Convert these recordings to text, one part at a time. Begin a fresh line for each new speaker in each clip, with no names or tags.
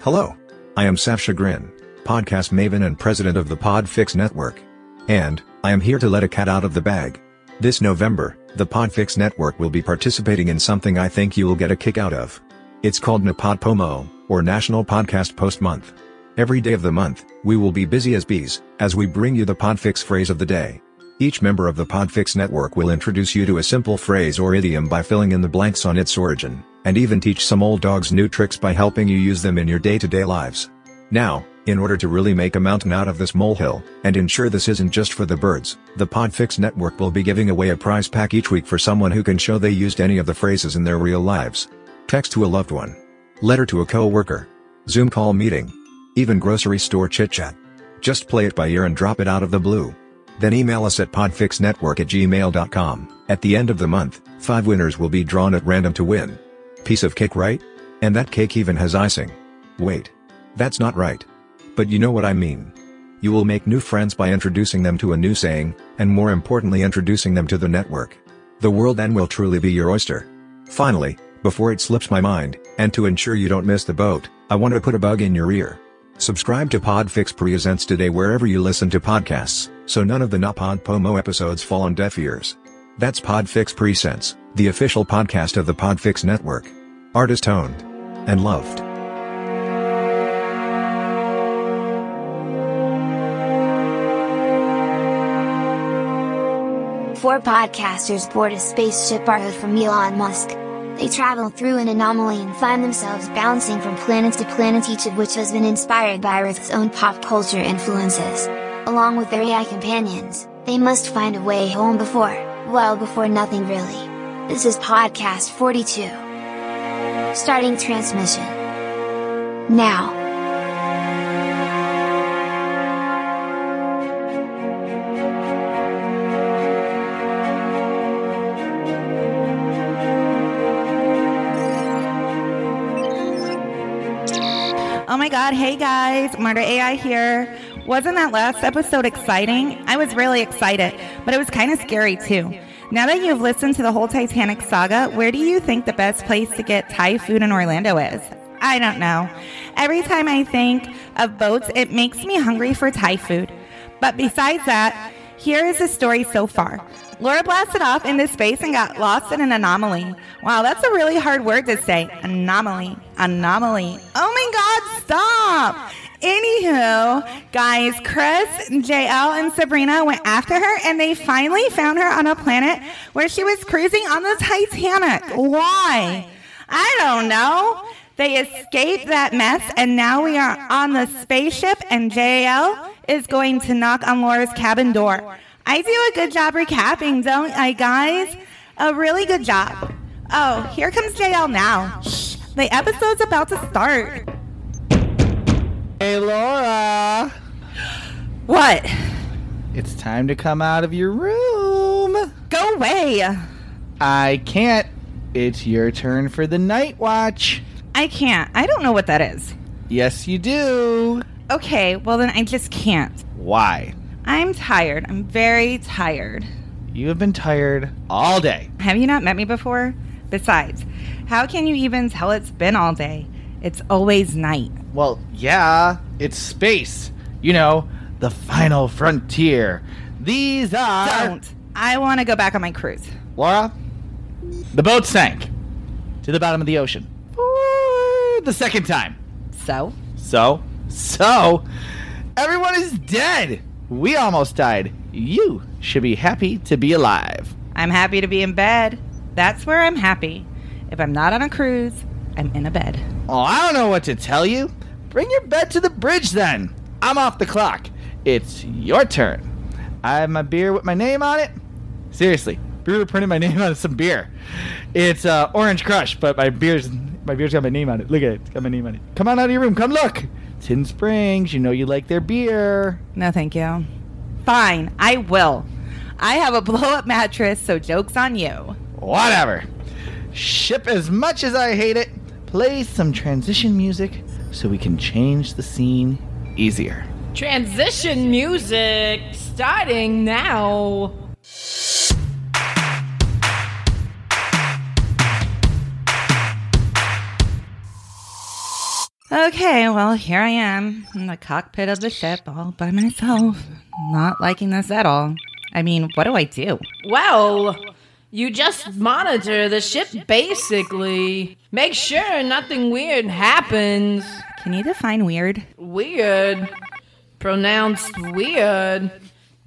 Hello. I am Saf Chagrin, podcast maven and president of the Podfix Network. And, I am here to let a cat out of the bag. This November, the Podfix Network will be participating in something I think you will get a kick out of. It's called Napod Pomo, or National Podcast Post Month. Every day of the month, we will be busy as bees, as we bring you the Podfix phrase of the day. Each member of the Podfix network will introduce you to a simple phrase or idiom by filling in the blanks on its origin, and even teach some old dogs new tricks by helping you use them in your day to day lives. Now, in order to really make a mountain out of this molehill, and ensure this isn't just for the birds, the Podfix network will be giving away a prize pack each week for someone who can show they used any of the phrases in their real lives. Text to a loved one. Letter to a coworker, Zoom call meeting. Even grocery store chit chat. Just play it by ear and drop it out of the blue. Then email us at podfixnetwork at gmail.com. At the end of the month, five winners will be drawn at random to win. Piece of cake, right? And that cake even has icing. Wait. That's not right. But you know what I mean. You will make new friends by introducing them to a new saying, and more importantly, introducing them to the network. The world then will truly be your oyster. Finally, before it slips my mind, and to ensure you don't miss the boat, I want to put a bug in your ear. Subscribe to Podfix Presents today wherever you listen to podcasts, so none of the Napod Pomo episodes fall on deaf ears. That's Podfix Presents, the official podcast of the Podfix Network. Artist owned. And loved.
Four podcasters board a spaceship borrowed from Elon Musk. They travel through an anomaly and find themselves bouncing from planet to planet, each of which has been inspired by Earth's own pop culture influences. Along with their AI companions, they must find a way home before, well, before nothing really. This is Podcast 42. Starting transmission. Now.
Oh my God. Hey guys, Marta AI here. Wasn't that last episode exciting? I was really excited, but it was kind of scary too. Now that you've listened to the whole Titanic saga, where do you think the best place to get Thai food in Orlando is? I don't know. Every time I think of boats, it makes me hungry for Thai food. But besides that, here is the story so far. Laura blasted off into space and got lost in an anomaly. Wow, that's a really hard word to say. Anomaly. Anomaly. Oh my God, stop! Anywho, guys, Chris, JL, and Sabrina went after her and they finally found her on a planet where she was cruising on the Titanic. Why? I don't know. They escaped that mess, and now we are on the spaceship, and JL is going to knock on Laura's cabin door. I do a good job recapping, don't I, guys? A really good job. Oh, here comes JL now. Shh, the episode's about to start.
Hey, Laura.
What?
It's time to come out of your room.
Go away.
I can't. It's your turn for the night watch.
I can't. I don't know what that is.
Yes, you do.
Okay, well, then I just can't.
Why?
I'm tired. I'm very tired.
You have been tired all day.
Have you not met me before? Besides, how can you even tell it's been all day? It's always night.
Well, yeah, it's space. You know, the final frontier. These are.
Don't. I want to go back on my cruise.
Laura, the boat sank to the bottom of the ocean for the second time.
So?
So, so, everyone is dead. We almost died. You should be happy to be alive.
I'm happy to be in bed. That's where I'm happy. If I'm not on a cruise, I'm in a bed.
Oh, I don't know what to tell you. Bring your bed to the bridge then. I'm off the clock. It's your turn. I have my beer with my name on it. Seriously, brewer printed my name on some beer. It's uh, Orange Crush, but my beer's my beer's got my name on it. Look at it, it's got my name on it. Come on out of your room. Come look. Tin Springs. You know you like their beer.
No, thank you. Fine, I will. I have a blow up mattress, so joke's on you.
Whatever. Ship as much as I hate it. Play some transition music so we can change the scene easier.
Transition music starting now.
Okay, well, here I am in the cockpit of the ship all by myself. Not liking this at all. I mean, what do I do?
Well, you just monitor the ship basically. Make sure nothing weird happens.
Can you define weird?
Weird. Pronounced weird.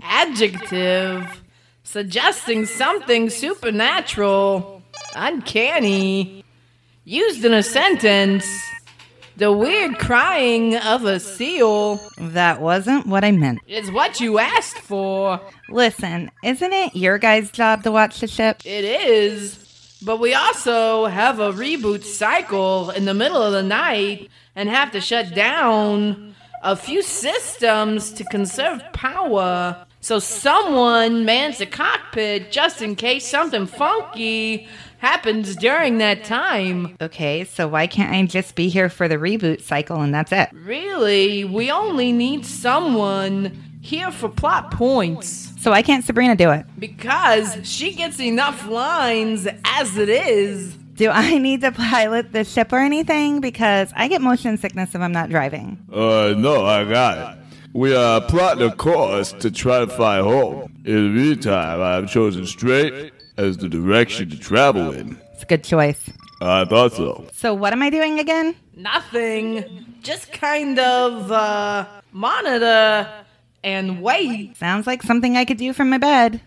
Adjective. Suggesting something supernatural. Uncanny. Used in a sentence. The weird crying of a seal
That wasn't what I meant.
is what you asked for.
Listen, isn't it your guys' job to watch the ship?
It is, but we also have a reboot cycle in the middle of the night and have to shut down a few systems to conserve power. So someone mans the cockpit just in case something funky happens during that time.
Okay, so why can't I just be here for the reboot cycle and that's it?
Really, we only need someone here for plot points
So why can't Sabrina do it?
because she gets enough lines as it is.
Do I need to pilot the ship or anything? Because I get motion sickness if I'm not driving.
Uh, no, I got it. We are plotting a course to try to find home. In the meantime, I have chosen straight as the direction to travel in.
It's a good choice.
I thought so.
So what am I doing again?
Nothing. Just kind of uh, monitor and wait.
Sounds like something I could do from my bed.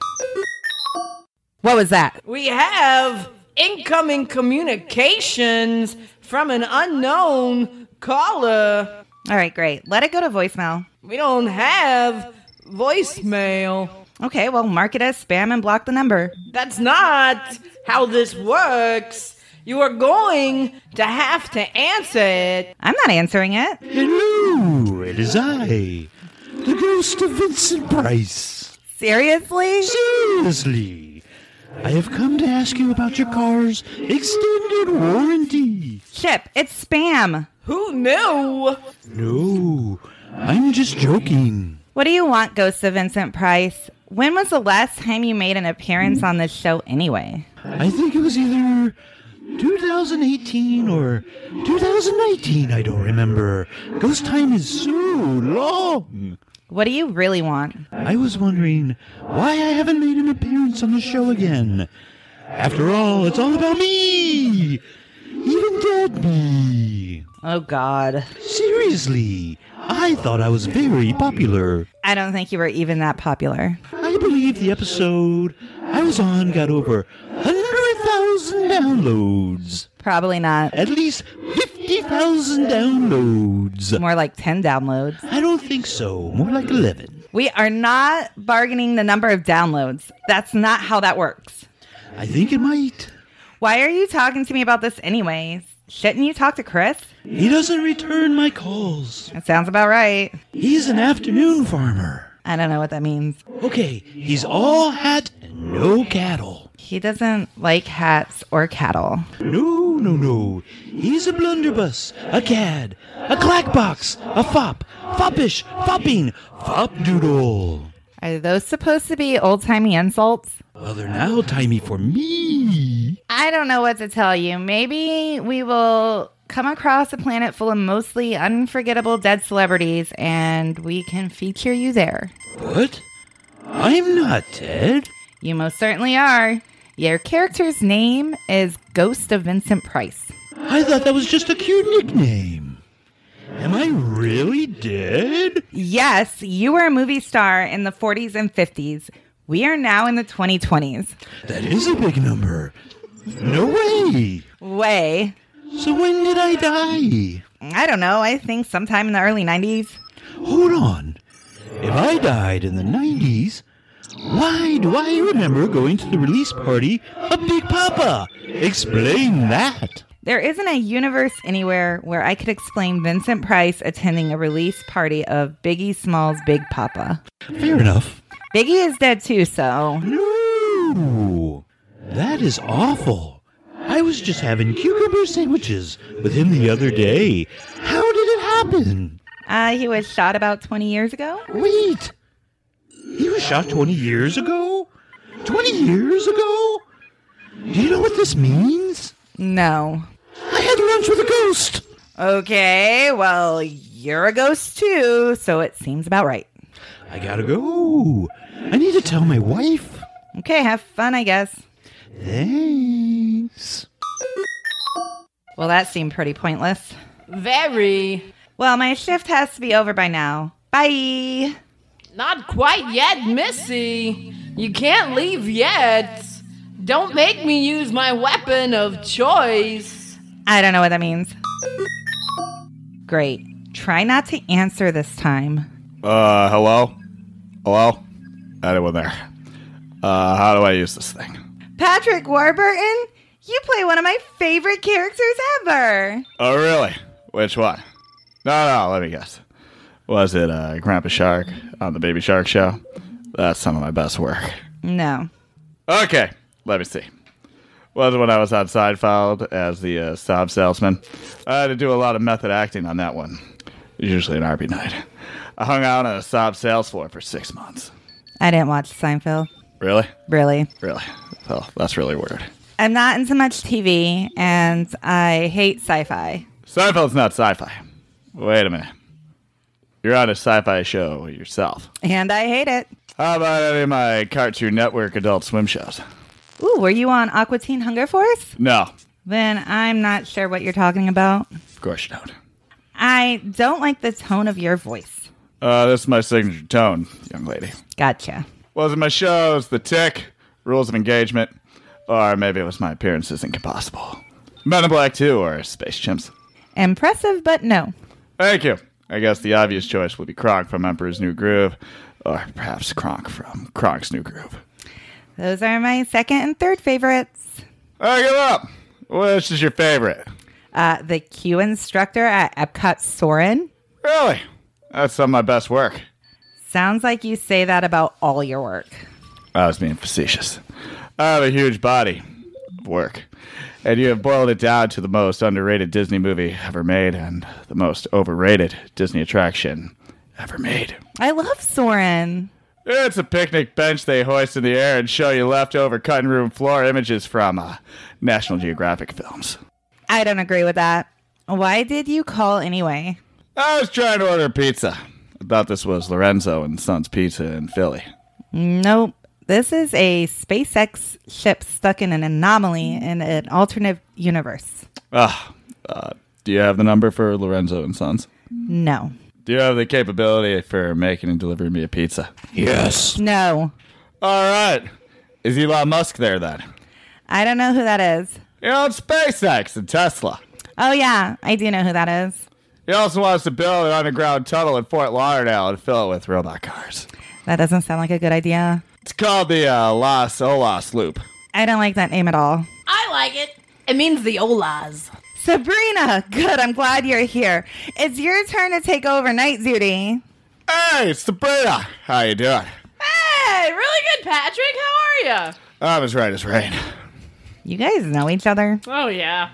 What was that?
We have incoming communications from an unknown caller.
All right, great. Let it go to voicemail.
We don't have voicemail.
Okay, well, mark it as spam and block the number.
That's not how this works. You are going to have to answer it.
I'm not answering it.
Hello, it is I, the ghost of Vincent Price.
Seriously?
Seriously, I have come to ask you about your car's extended warranty.
Ship, it's spam.
Who knew?
No, I'm just joking.
What do you want, Ghost of Vincent Price? When was the last time you made an appearance on this show anyway?
I think it was either 2018 or 2019. I don't remember. Ghost time is so long.
What do you really want?
I was wondering why I haven't made an appearance on the show again. After all, it's all about me! Even dead me!
Oh, God.
Seriously, I thought I was very popular.
I don't think you were even that popular.
I believe the episode I was on got over 100,000 downloads.
Probably not.
At least 50,000 downloads.
More like 10 downloads.
I don't think so. More like 11.
We are not bargaining the number of downloads. That's not how that works.
I think it might.
Why are you talking to me about this anyways? Shouldn't you talk to Chris?
He doesn't return my calls.
That sounds about right.
He's an afternoon farmer.
I don't know what that means.
Okay, he's all hat and no cattle.
He doesn't like hats or cattle.
No, no, no. He's a blunderbuss, a cad, a clackbox, a fop, foppish, fopping, fopdoodle.
Are those supposed to be old timey insults?
Well, they're now timey for me.
I don't know what to tell you. Maybe we will come across a planet full of mostly unforgettable dead celebrities and we can feature you there.
What? I'm not dead.
You most certainly are. Your character's name is Ghost of Vincent Price.
I thought that was just a cute nickname. Am I really dead?
Yes, you were a movie star in the 40s and 50s. We are now in the 2020s.
That is a big number. No way.
Way.
So when did I die?
I don't know. I think sometime in the early 90s.
Hold on. If I died in the 90s, why do I remember going to the release party of Big Papa? Explain that.
There isn't a universe anywhere where I could explain Vincent Price attending a release party of Biggie Smalls Big Papa.
Fair enough.
Biggie is dead too, so.
No. That is awful. I was just having cucumber sandwiches with him the other day. How did it happen?
Uh, he was shot about 20 years ago?
Wait. He was shot 20 years ago? 20 years ago? Do you know what this means?
No.
I had lunch with a ghost.
Okay, well, you're a ghost too, so it seems about right.
I gotta go. I need to tell Oh, my wife. Eh?
Okay, have fun, I guess.
Thanks.
Well, that seemed pretty pointless.
Very.
Well, my shift has to be over by now. Bye.
Not quite yet, Missy. You can't leave yet. Don't make me use my weapon of choice.
I don't know what that means. Great. Try not to answer this time.
Uh, hello? Hello? Anyone there? Uh, how do I use this thing?
Patrick Warburton, you play one of my favorite characters ever.
Oh, really? Which one? No, no, let me guess. Was it uh, Grandpa Shark on the Baby Shark show? That's some of my best work.
No.
Okay, let me see. Was when I was on Seinfeld as the uh, sob salesman. I had to do a lot of method acting on that one. Usually an RB night. I hung out on a sob sales floor for six months.
I didn't watch Seinfeld.
Really?
Really.
Really? Well, that's really weird.
I'm not into much TV and I hate sci fi.
Seinfeld's not sci-fi. Wait a minute. You're on a sci-fi show yourself.
And I hate it.
How about any of my Cartoon Network adult swim shows?
Ooh, were you on Aqua Teen Hunger Force?
No,
Then I'm not sure what you're talking about.
of course you don't.
I don't like the tone of your voice.
Uh, this is my signature tone, young lady.
Gotcha.
Was it my shows, The Tick, Rules of Engagement, or maybe it was my appearances in Impossible, Men in Black 2, or Space Chimps?
Impressive, but no.
Thank you. I guess the obvious choice would be Kronk from Emperor's New Groove, or perhaps Kronk from Kronk's New Groove.
Those are my second and third favorites.
I give up. Which is your favorite?
Uh, the Q instructor at Epcot Soren.
Really? That's some of my best work.
Sounds like you say that about all your work.
I was being facetious. I have a huge body of work, and you have boiled it down to the most underrated Disney movie ever made and the most overrated Disney attraction ever made.
I love Soren.
It's a picnic bench they hoist in the air and show you leftover cutting room floor images from uh, National Geographic films.
I don't agree with that. Why did you call anyway?
I was trying to order pizza. I thought this was Lorenzo and Son's Pizza in Philly.
Nope. This is a SpaceX ship stuck in an anomaly in an alternate universe.
Ah, uh, do you have the number for Lorenzo and Sons?
No.
Do you have the capability for making and delivering me a pizza?
Yes.
No.
All right. Is Elon Musk there then?
I don't know who that is.
He owns SpaceX and Tesla.
Oh, yeah. I do know who that is.
He also wants to build an underground tunnel in Fort Lauderdale and fill it with robot cars.
That doesn't sound like a good idea.
It's called the uh, Las Olas Loop.
I don't like that name at all.
I like it. It means the Olas.
Sabrina, good. I'm glad you're here. It's your turn to take over night duty.
Hey, Sabrina, how you doing?
Hey, really good, Patrick. How are ya?
I'm as Oh, right as rain.
You guys know each other.
Oh, yeah.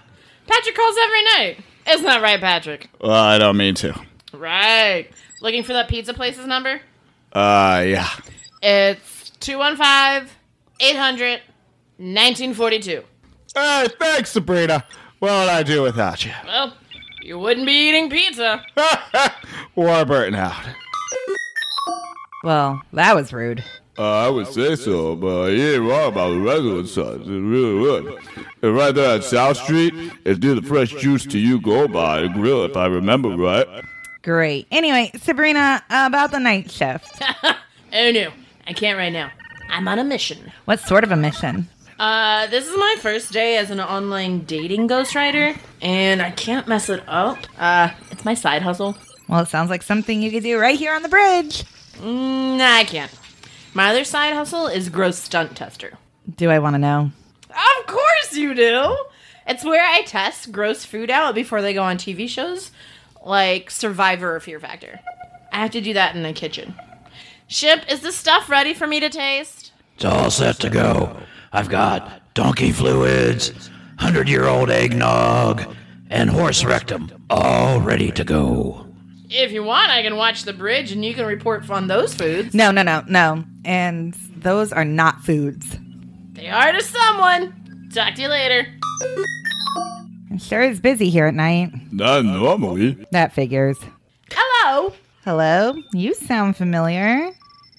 Patrick calls every night. Isn't that right, Patrick?
Well, I don't mean to.
Right. Looking for that pizza place's number?
Uh, yeah.
It's 215 800 1942.
Hey, thanks, Sabrina. What would I do without you?
Well, you wouldn't be eating pizza. Oh,
Warburton out.
Well, that was rude.
Uh, I would say so, but you ain't wrong about the regular size. It really would. And right there at South Street, it's near the fresh juice to you go by the grill, if I remember right.
Great. Anyway, Sabrina, about the night shift.
Oh no, I can't right now. I'm on a mission.
What sort of a mission?
Uh, this is my first day as an online dating ghostwriter, and I can't mess it up. Uh, it's my side hustle.
Well, it sounds like something you could do right here on the bridge.
Mm, Nah, I can't. My other side hustle is gross stunt tester.
Do I want to know?
Of course you do. It's where I test gross food out before they go on TV shows, like Survivor or Fear Factor. I have to do that in the kitchen. Ship, is the stuff ready for me to taste?
It's all set to go. I've got donkey fluids, hundred year old eggnog, and horse rectum all ready to go.
If you want, I can watch the bridge and you can report on those foods.
No, no, no, no. And those are not foods.
They are to someone. Talk to you later.
Sure is busy here at night.
Not normally.
That figures.
Hello,
Hello? You sound familiar.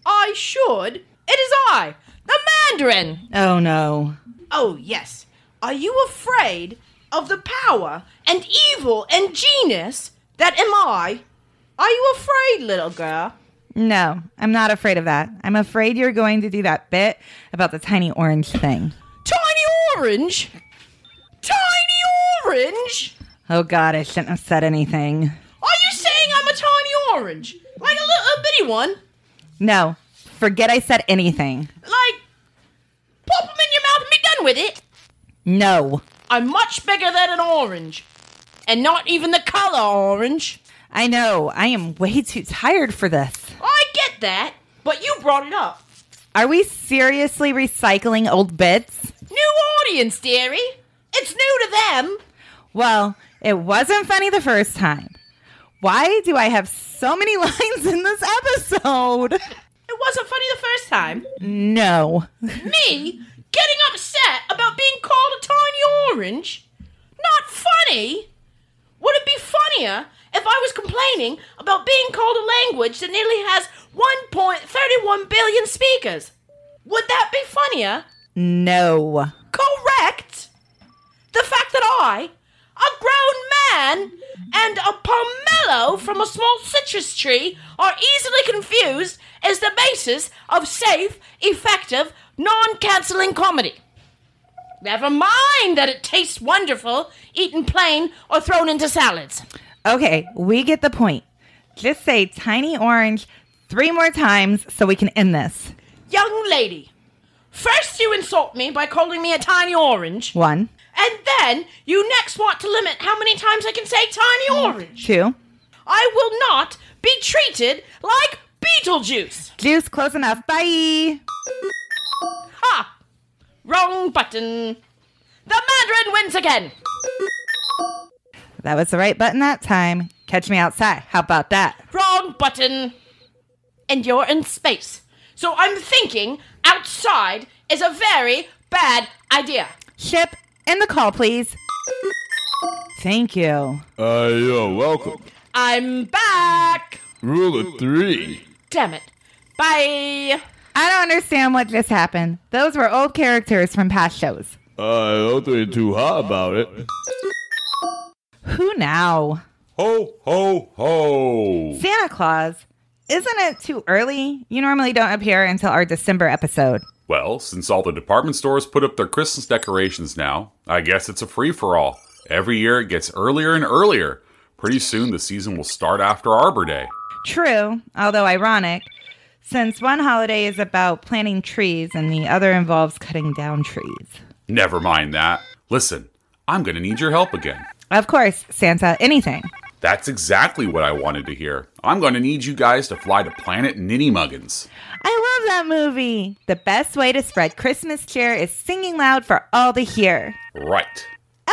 I should. It is I, the Mandarin.
Oh no.
Oh, yes. Are you afraid of the power and evil and genius that am I? Are you afraid, little girl?
No, I'm not afraid of that. I'm afraid you're going to do that bit about the tiny orange thing.
Tiny orange? Tiny orange?
Oh god, I shouldn't have said anything.
Are you saying I'm a tiny orange? Like a little bitty one?
No, forget I said anything.
Like, pop 'em in your mouth and be done with it?
No.
I'm much bigger than an orange. And not even the color orange.
I know, I am way too tired for this.
I get that, but you brought it up.
Are we seriously recycling old bits?
New audience, dearie. It's new to them.
Well, it wasn't funny the first time. Why do I have so many lines in this episode?
It wasn't funny the first time.
No.
Me getting upset about being called a tiny orange? Not funny. Would it be funnier if I was complaining about being called a language that nearly has 1.31 billion speakers? Would that be funnier?
No.
Correct. The fact that I, a grown man, and a pomelo from a small citrus tree are easily confused is the basis of safe, effective, non canceling comedy. Never mind that it tastes wonderful eaten plain or thrown into salads.
Okay, we get the point. Just say tiny orange three more times so we can end this.
Young lady, first you insult me by calling me a tiny orange,
One,
and then you next want to limit how many times I can say tiny orange.
two,
I will not be treated like Beetlejuice.
juice, close enough. Bye.
Ha! Wrong button. The Mandarin wins again.
That was the right button that time. Catch me outside. How about that?
Wrong button. And you're in space. So I'm thinking outside is a very bad idea.
Ship, end the call, please. Thank you.
Uh, you're welcome.
I'm back.
Rule of three.
Damn it. Bye.
I don't understand what just happened. Those were old characters from past shows.
Uh, don't think too hot about it.
Who now?
Ho, ho,
Oh,
ho.
Santa Claus. Isn't it too early? You normally don't appear until our December episode.
Well, since all the department stores put up their Christmas decorations now, I guess it's a free for all. Every year it gets earlier and earlier. Pretty soon the season will start after Arbor Day.
True, although ironic, since one holiday is about planting trees and the other involves cutting down trees.
Never mind that. Listen, I'm going to need your help again.
Of course, Santa, anything.
That's exactly what I wanted to hear. I'm going to need you guys to fly to Planet Ninny Muggins.
I love that movie. The best way to spread Christmas cheer is singing loud for all to hear.
Right.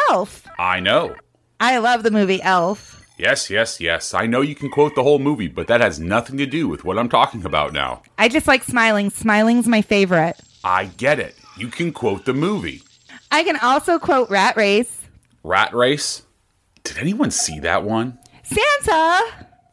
Elf.
I know.
I love the movie Elf.
Yes, yes, yes. I know you can quote the whole movie, but that has nothing to do with what I'm talking about now.
I just like smiling. Smiling's my favorite.
I get it. You can quote the movie.
I can also quote Rat Race.
Rat Race? Did anyone see that one?
Santa!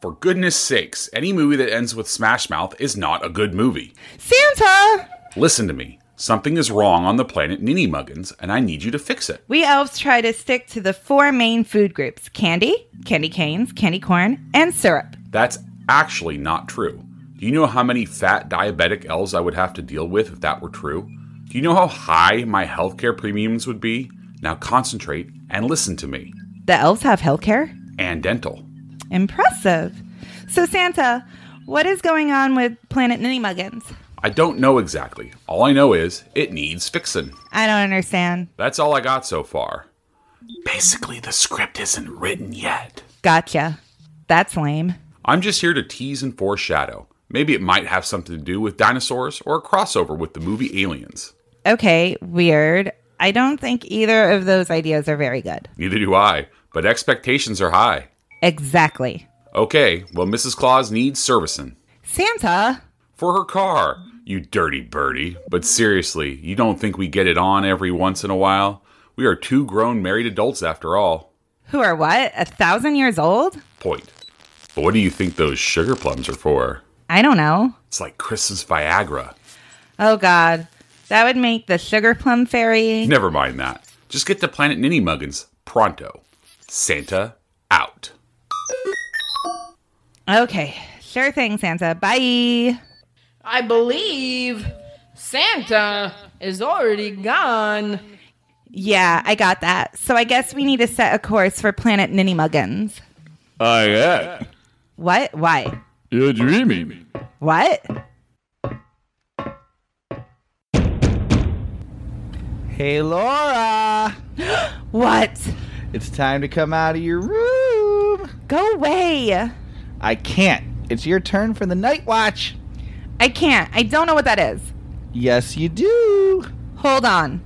For goodness sakes, any movie that ends with Smash Mouth is not a good movie.
Santa!
Listen to me. Something is wrong on the planet Ninny Muggins, and I need you to fix it.
We elves try to stick to the four main food groups candy, candy canes, candy corn, and syrup.
That's actually not true. Do you know how many fat diabetic elves I would have to deal with if that were true? Do you know how high my healthcare premiums would be? Now concentrate and listen to me.
The elves have healthcare?
And dental.
Impressive. So, Santa, what is going on with Planet Ninny Muggins?
I don't know exactly. All I know is it needs fixing.
I don't understand.
That's all I got so far. Basically, the script isn't written yet.
Gotcha. That's lame.
I'm just here to tease and foreshadow. Maybe it might have something to do with dinosaurs or a crossover with the movie Aliens.
Okay, weird. I don't think either of those ideas are very good.
Neither do I, but expectations are high.
Exactly.
Okay, well, Mrs. Claus needs servicing.
Santa,
For her car, you dirty birdie. But seriously, you don't think we get it on every once in a while? We are two grown married adults after all.
Who are what? A thousand years old?
Point. But what do you think those sugar plums are for?
I don't know.
It's like Chris's Viagra.
Oh God, that would make the sugar plum fairy.
Never mind that. Just get to Planet Ninny Muggins pronto. Santa out.
Okay, sure thing, Santa. Bye.
I believe Santa is already gone.
Yeah, I got that. So I guess we need to set a course for Planet Ninny Muggins.
I yeah.
What? Why?
You're dreaming.
What?
Hey, Laura.
What?
It's time to come out of your room.
Go away.
I can't. It's your turn for the night watch.
I can't. I don't know what that is.
Yes, you do.
Hold on.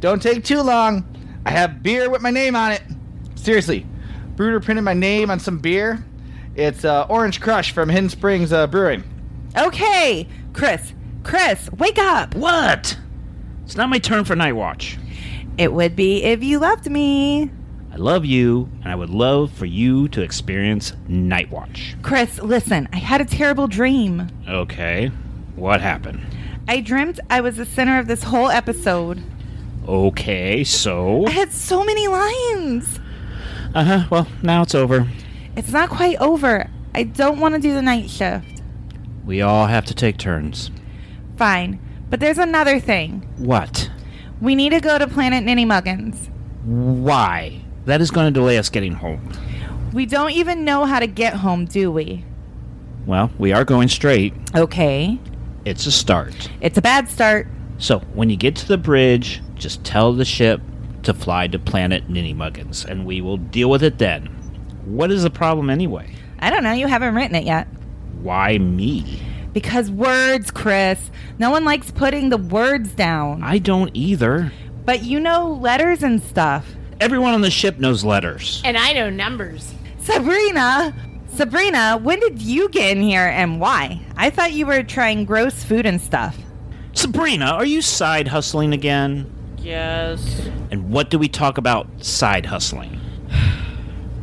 Don't take too long. I have beer with my name on it. Seriously, Bruder printed my name on some beer. It's uh, Orange Crush from Hidden Springs uh, Brewing.
Okay, Chris. Chris, wake up.
What? It's not my turn for Night Watch.
It would be if you loved me.
I love you, and I would love for you to experience Night Watch.
Chris, listen, I had a terrible dream.
Okay. What happened?
I dreamt I was the center of this whole episode.
Okay, so.
I had so many lines.
Uh huh. Well, now it's over.
It's not quite over. I don't want to do the night shift.
We all have to take turns.
Fine. But there's another thing.
What?
We need to go to Planet Ninny Muggins.
Why? That is going to delay us getting home.
We don't even know how to get home, do we?
Well, we are going straight.
Okay.
It's a start.
It's a bad start.
So, when you get to the bridge, just tell the ship to fly to planet Ninnymuggins, and we will deal with it then. What is the problem anyway?
I don't know. You haven't written it yet.
Why me?
Because words, Chris. No one likes putting the words down.
I don't either.
But you know letters and stuff.
Everyone on the ship knows letters.
And I know numbers.
Sabrina! Sabrina, when did you get in here and why? I thought you were trying gross food and stuff.
Sabrina, are you side hustling again?
Yes.
And what do we talk about side hustling?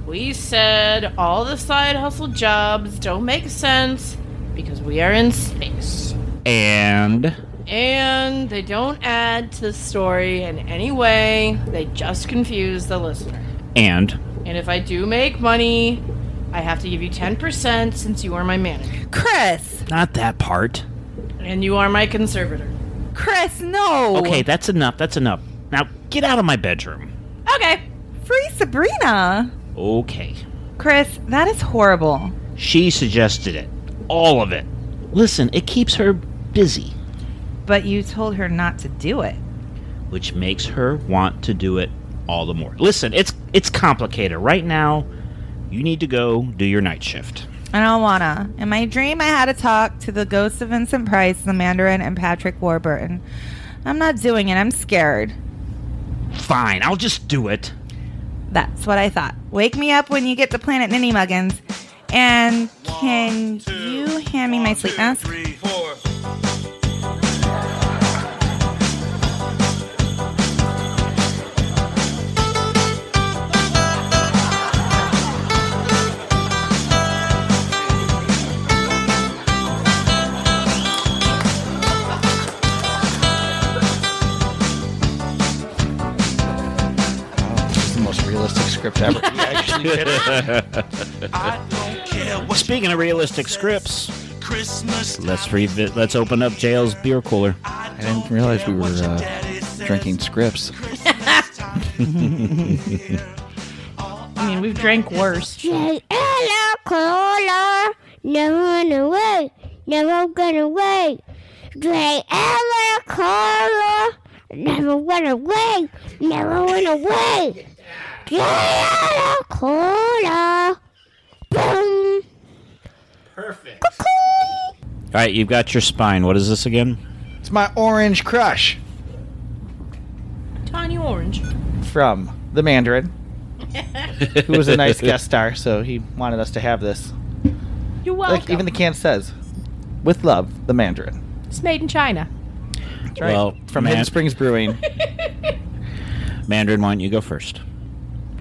We said all the side hustle jobs don't make sense because we are in space.
And
And they don't add to the story in any way, they just confuse the listener.
and
And if I do make money, I have to give you 10% since you are my manager
Chris!
not that part.
and you are my conservator.
Chris, no!
Okay, that's enough. That's enough. Now get out of my bedroom.
Okay. Free Sabrina!
Okay.
Chris, that is horrible.
She suggested it. All of it. Listen, it keeps her busy,
But you told her not to do it.
which makes her want to do it all the more. Listen, it's it's complicated. Right now, you need to go do your night shift.
I don't wanna. In my dream, I had a talk to the ghosts of Vincent Price, the Mandarin, and Patrick Warburton. I'm not doing it. I'm scared.
Fine, I'll just do it.
That's what I thought. Wake me up when you get to Planet Ninny Muggins. And can you hand me my sleep mask?
This is the most realistic script ever. We actually did it.
Speaking of realistic scripts, let's revi- let's open up Jail's beer cooler.
I didn't realize we were uh, drinking scripts.
I mean, we've drank worse.
Hello, Cola. Never gonna wait. Never gonna wait. Drink ever Cola. Never gonna wait. Never gonna wait. Drink ever Cola. Boom.
All right, you've got your spine. What is this again?
It's my Orange Crush
Tiny Orange.
from the Mandarin, who was a nice guest star, so he wanted us to have this.
You're welcome.
Like, even the can says, with love, the Mandarin.
it's made in China.
That's right.
Well,
from
man-
Hidden Springs Brewing.
Mandarin, why don't you go first?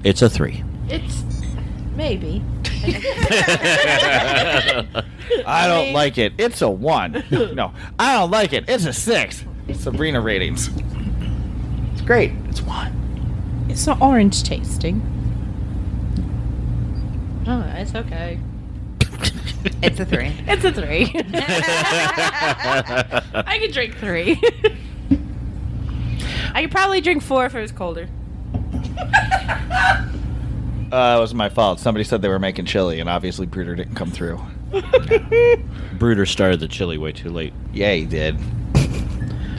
It's a three.
It's maybe.
I don't
Me.
like it. It's a one. No, I don't like it. It's a six. Sabrina ratings. It's great. It's one.
It's not orange tasting. Oh, it's okay.
It's a three.
It's a three. I could drink three. I could probably drink four if it was colder.
Uh, it was my fault. Somebody said they were making chili, and obviously Bruder didn't come through.
Brooder started the chili way too late.
Yeah, he did.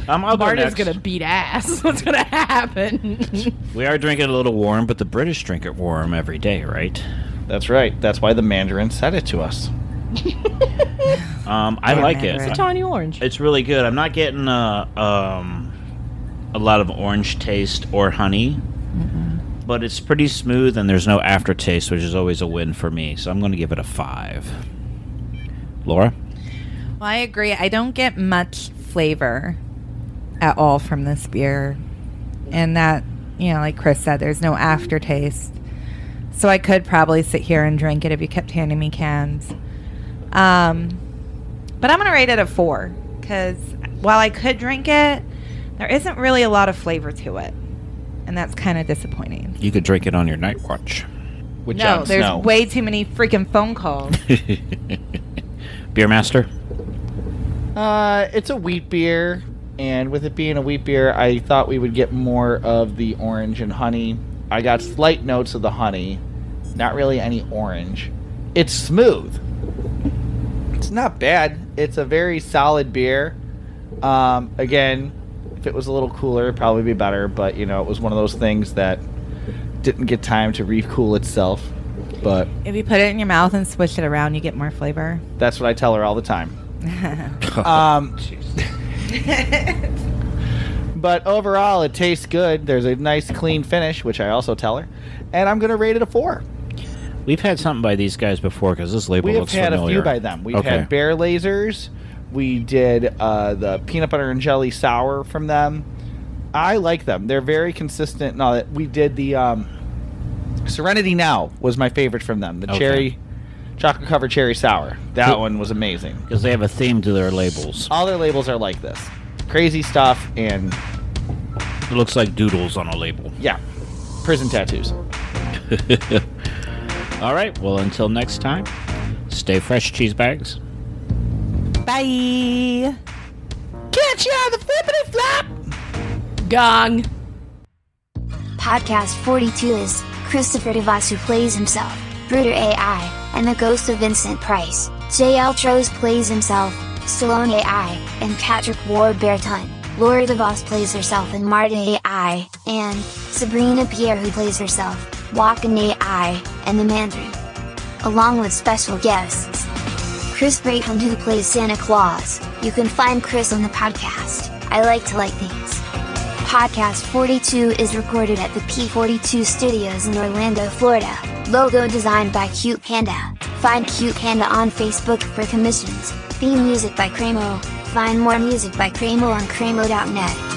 Um, I'll go next.
Marta's gonna beat ass. What's gonna happen?
We are drinking a little warm, but the British drink it warm every day, right?
That's right. That's why the Mandarin said it to us.
Um, I
Yeah,
like
man,
it.
right.
Tawny orange.
It's really good. I'm not getting a um, a lot of orange taste or honey, but it's pretty smooth and there's no aftertaste, which is always a win for me. So I'm going to give it a five. Laura,
Well, I agree. I don't get much flavor at all from this beer. And that, you know, like Chris said, there's no aftertaste. So I could probably sit here and drink it if you kept handing me cans. Um, but I'm going to rate it a four because while I could drink it, there isn't really a lot of flavor to it. And that's kind of disappointing.
you could drink it on your night watch.
With
no,
Jon
there's
Snow.
way too many freaking phone calls.
Beer master,
Uh, it's a wheat beer, and with it being a wheat beer, I thought we would get more of the orange and honey. I got slight notes of the honey, not really any orange. It's smooth. It's not bad. It's a very solid beer. Um, again, if it was a little cooler, it'd probably be better. But you know, it was one of those things that didn't get time to re-cool itself. But
if you put it in your mouth and swish it around, you get more flavor.
that's what I tell her all the time. um, but overall, it tastes good. There's a nice, clean finish, which I also tell her. And I'm going to rate it a four.
we've had something by these guys before because this label
We have
looks
had
familiar.
a few by them. We've
okay.
had Bear Lasers. We did uh, the peanut butter and jelly sour from them. I like them. They're very consistent. Now that we did the um, Serenity Now was my favorite from them. The
Okay.
cherry, chocolate covered cherry sour. That
Cool.
one was amazing.
because they have a theme to their labels.
All their labels are like this crazy stuff and
It looks like doodles on a label.
yeah, prison tattoos.
All right. Well, until next time, stay fresh, cheese bags.
Bye.
Catch you on the flippity flop!
Gong.
Podcast 42 is Christopher DeVos, who plays himself, Bruder AI, and the ghost of Vincent Price. JL Tros plays himself, Stallone AI, and Patrick Ward Bearton. Laura DeVos plays herself and Marta AI, and Sabrina Pierre, who plays herself, Walken AI, and the Mandarin. Along with special guests. Chris Brayton, who plays Santa Claus. You can find Chris on the podcast. I like to like things. Podcast 42 is recorded at the P42 Studios in Orlando, Florida. Logo designed by Cute Panda. Find Cute Panda on Facebook for commissions. Theme music by Cramo. Find more music by Cramo on Cramo.net.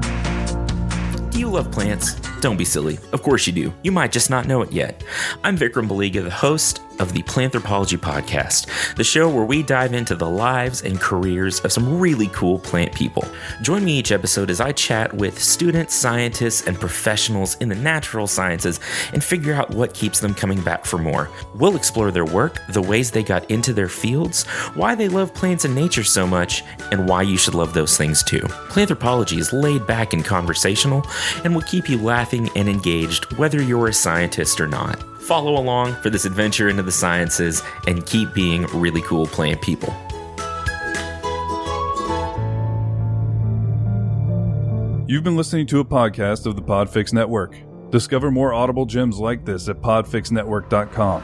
Do you love plants? Don't be silly. Of course you do. You might just not know it yet. I'm Vikram Baliga, the host of the Planthropology Podcast, the show where we dive into the lives and careers of some really cool plant people. Join me each episode as I chat with students, scientists, and professionals in the natural sciences and figure out what keeps them coming back for more. We'll explore their work, the ways they got into their fields, why they love plants and nature so much, and why you should love those things too. Planthropology is laid back and conversational and will keep you laughing and engaged whether you're a scientist or not. Follow along for this adventure into the sciences and keep being really cool plant people.
You've been listening to a podcast of the Podfix Network. Discover more audible gems like this at podfixnetwork.com.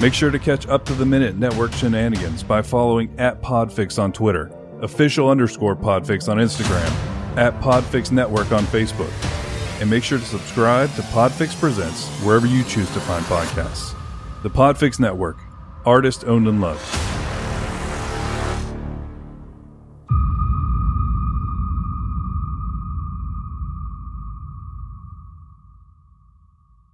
Make sure to catch up to the minute network shenanigans by following at Podfix on Twitter, official underscore Podfix on Instagram, at Podfix Network on Facebook. And make sure to subscribe to Podfix Presents wherever you choose to find podcasts. The Podfix Network, artist owned and loved.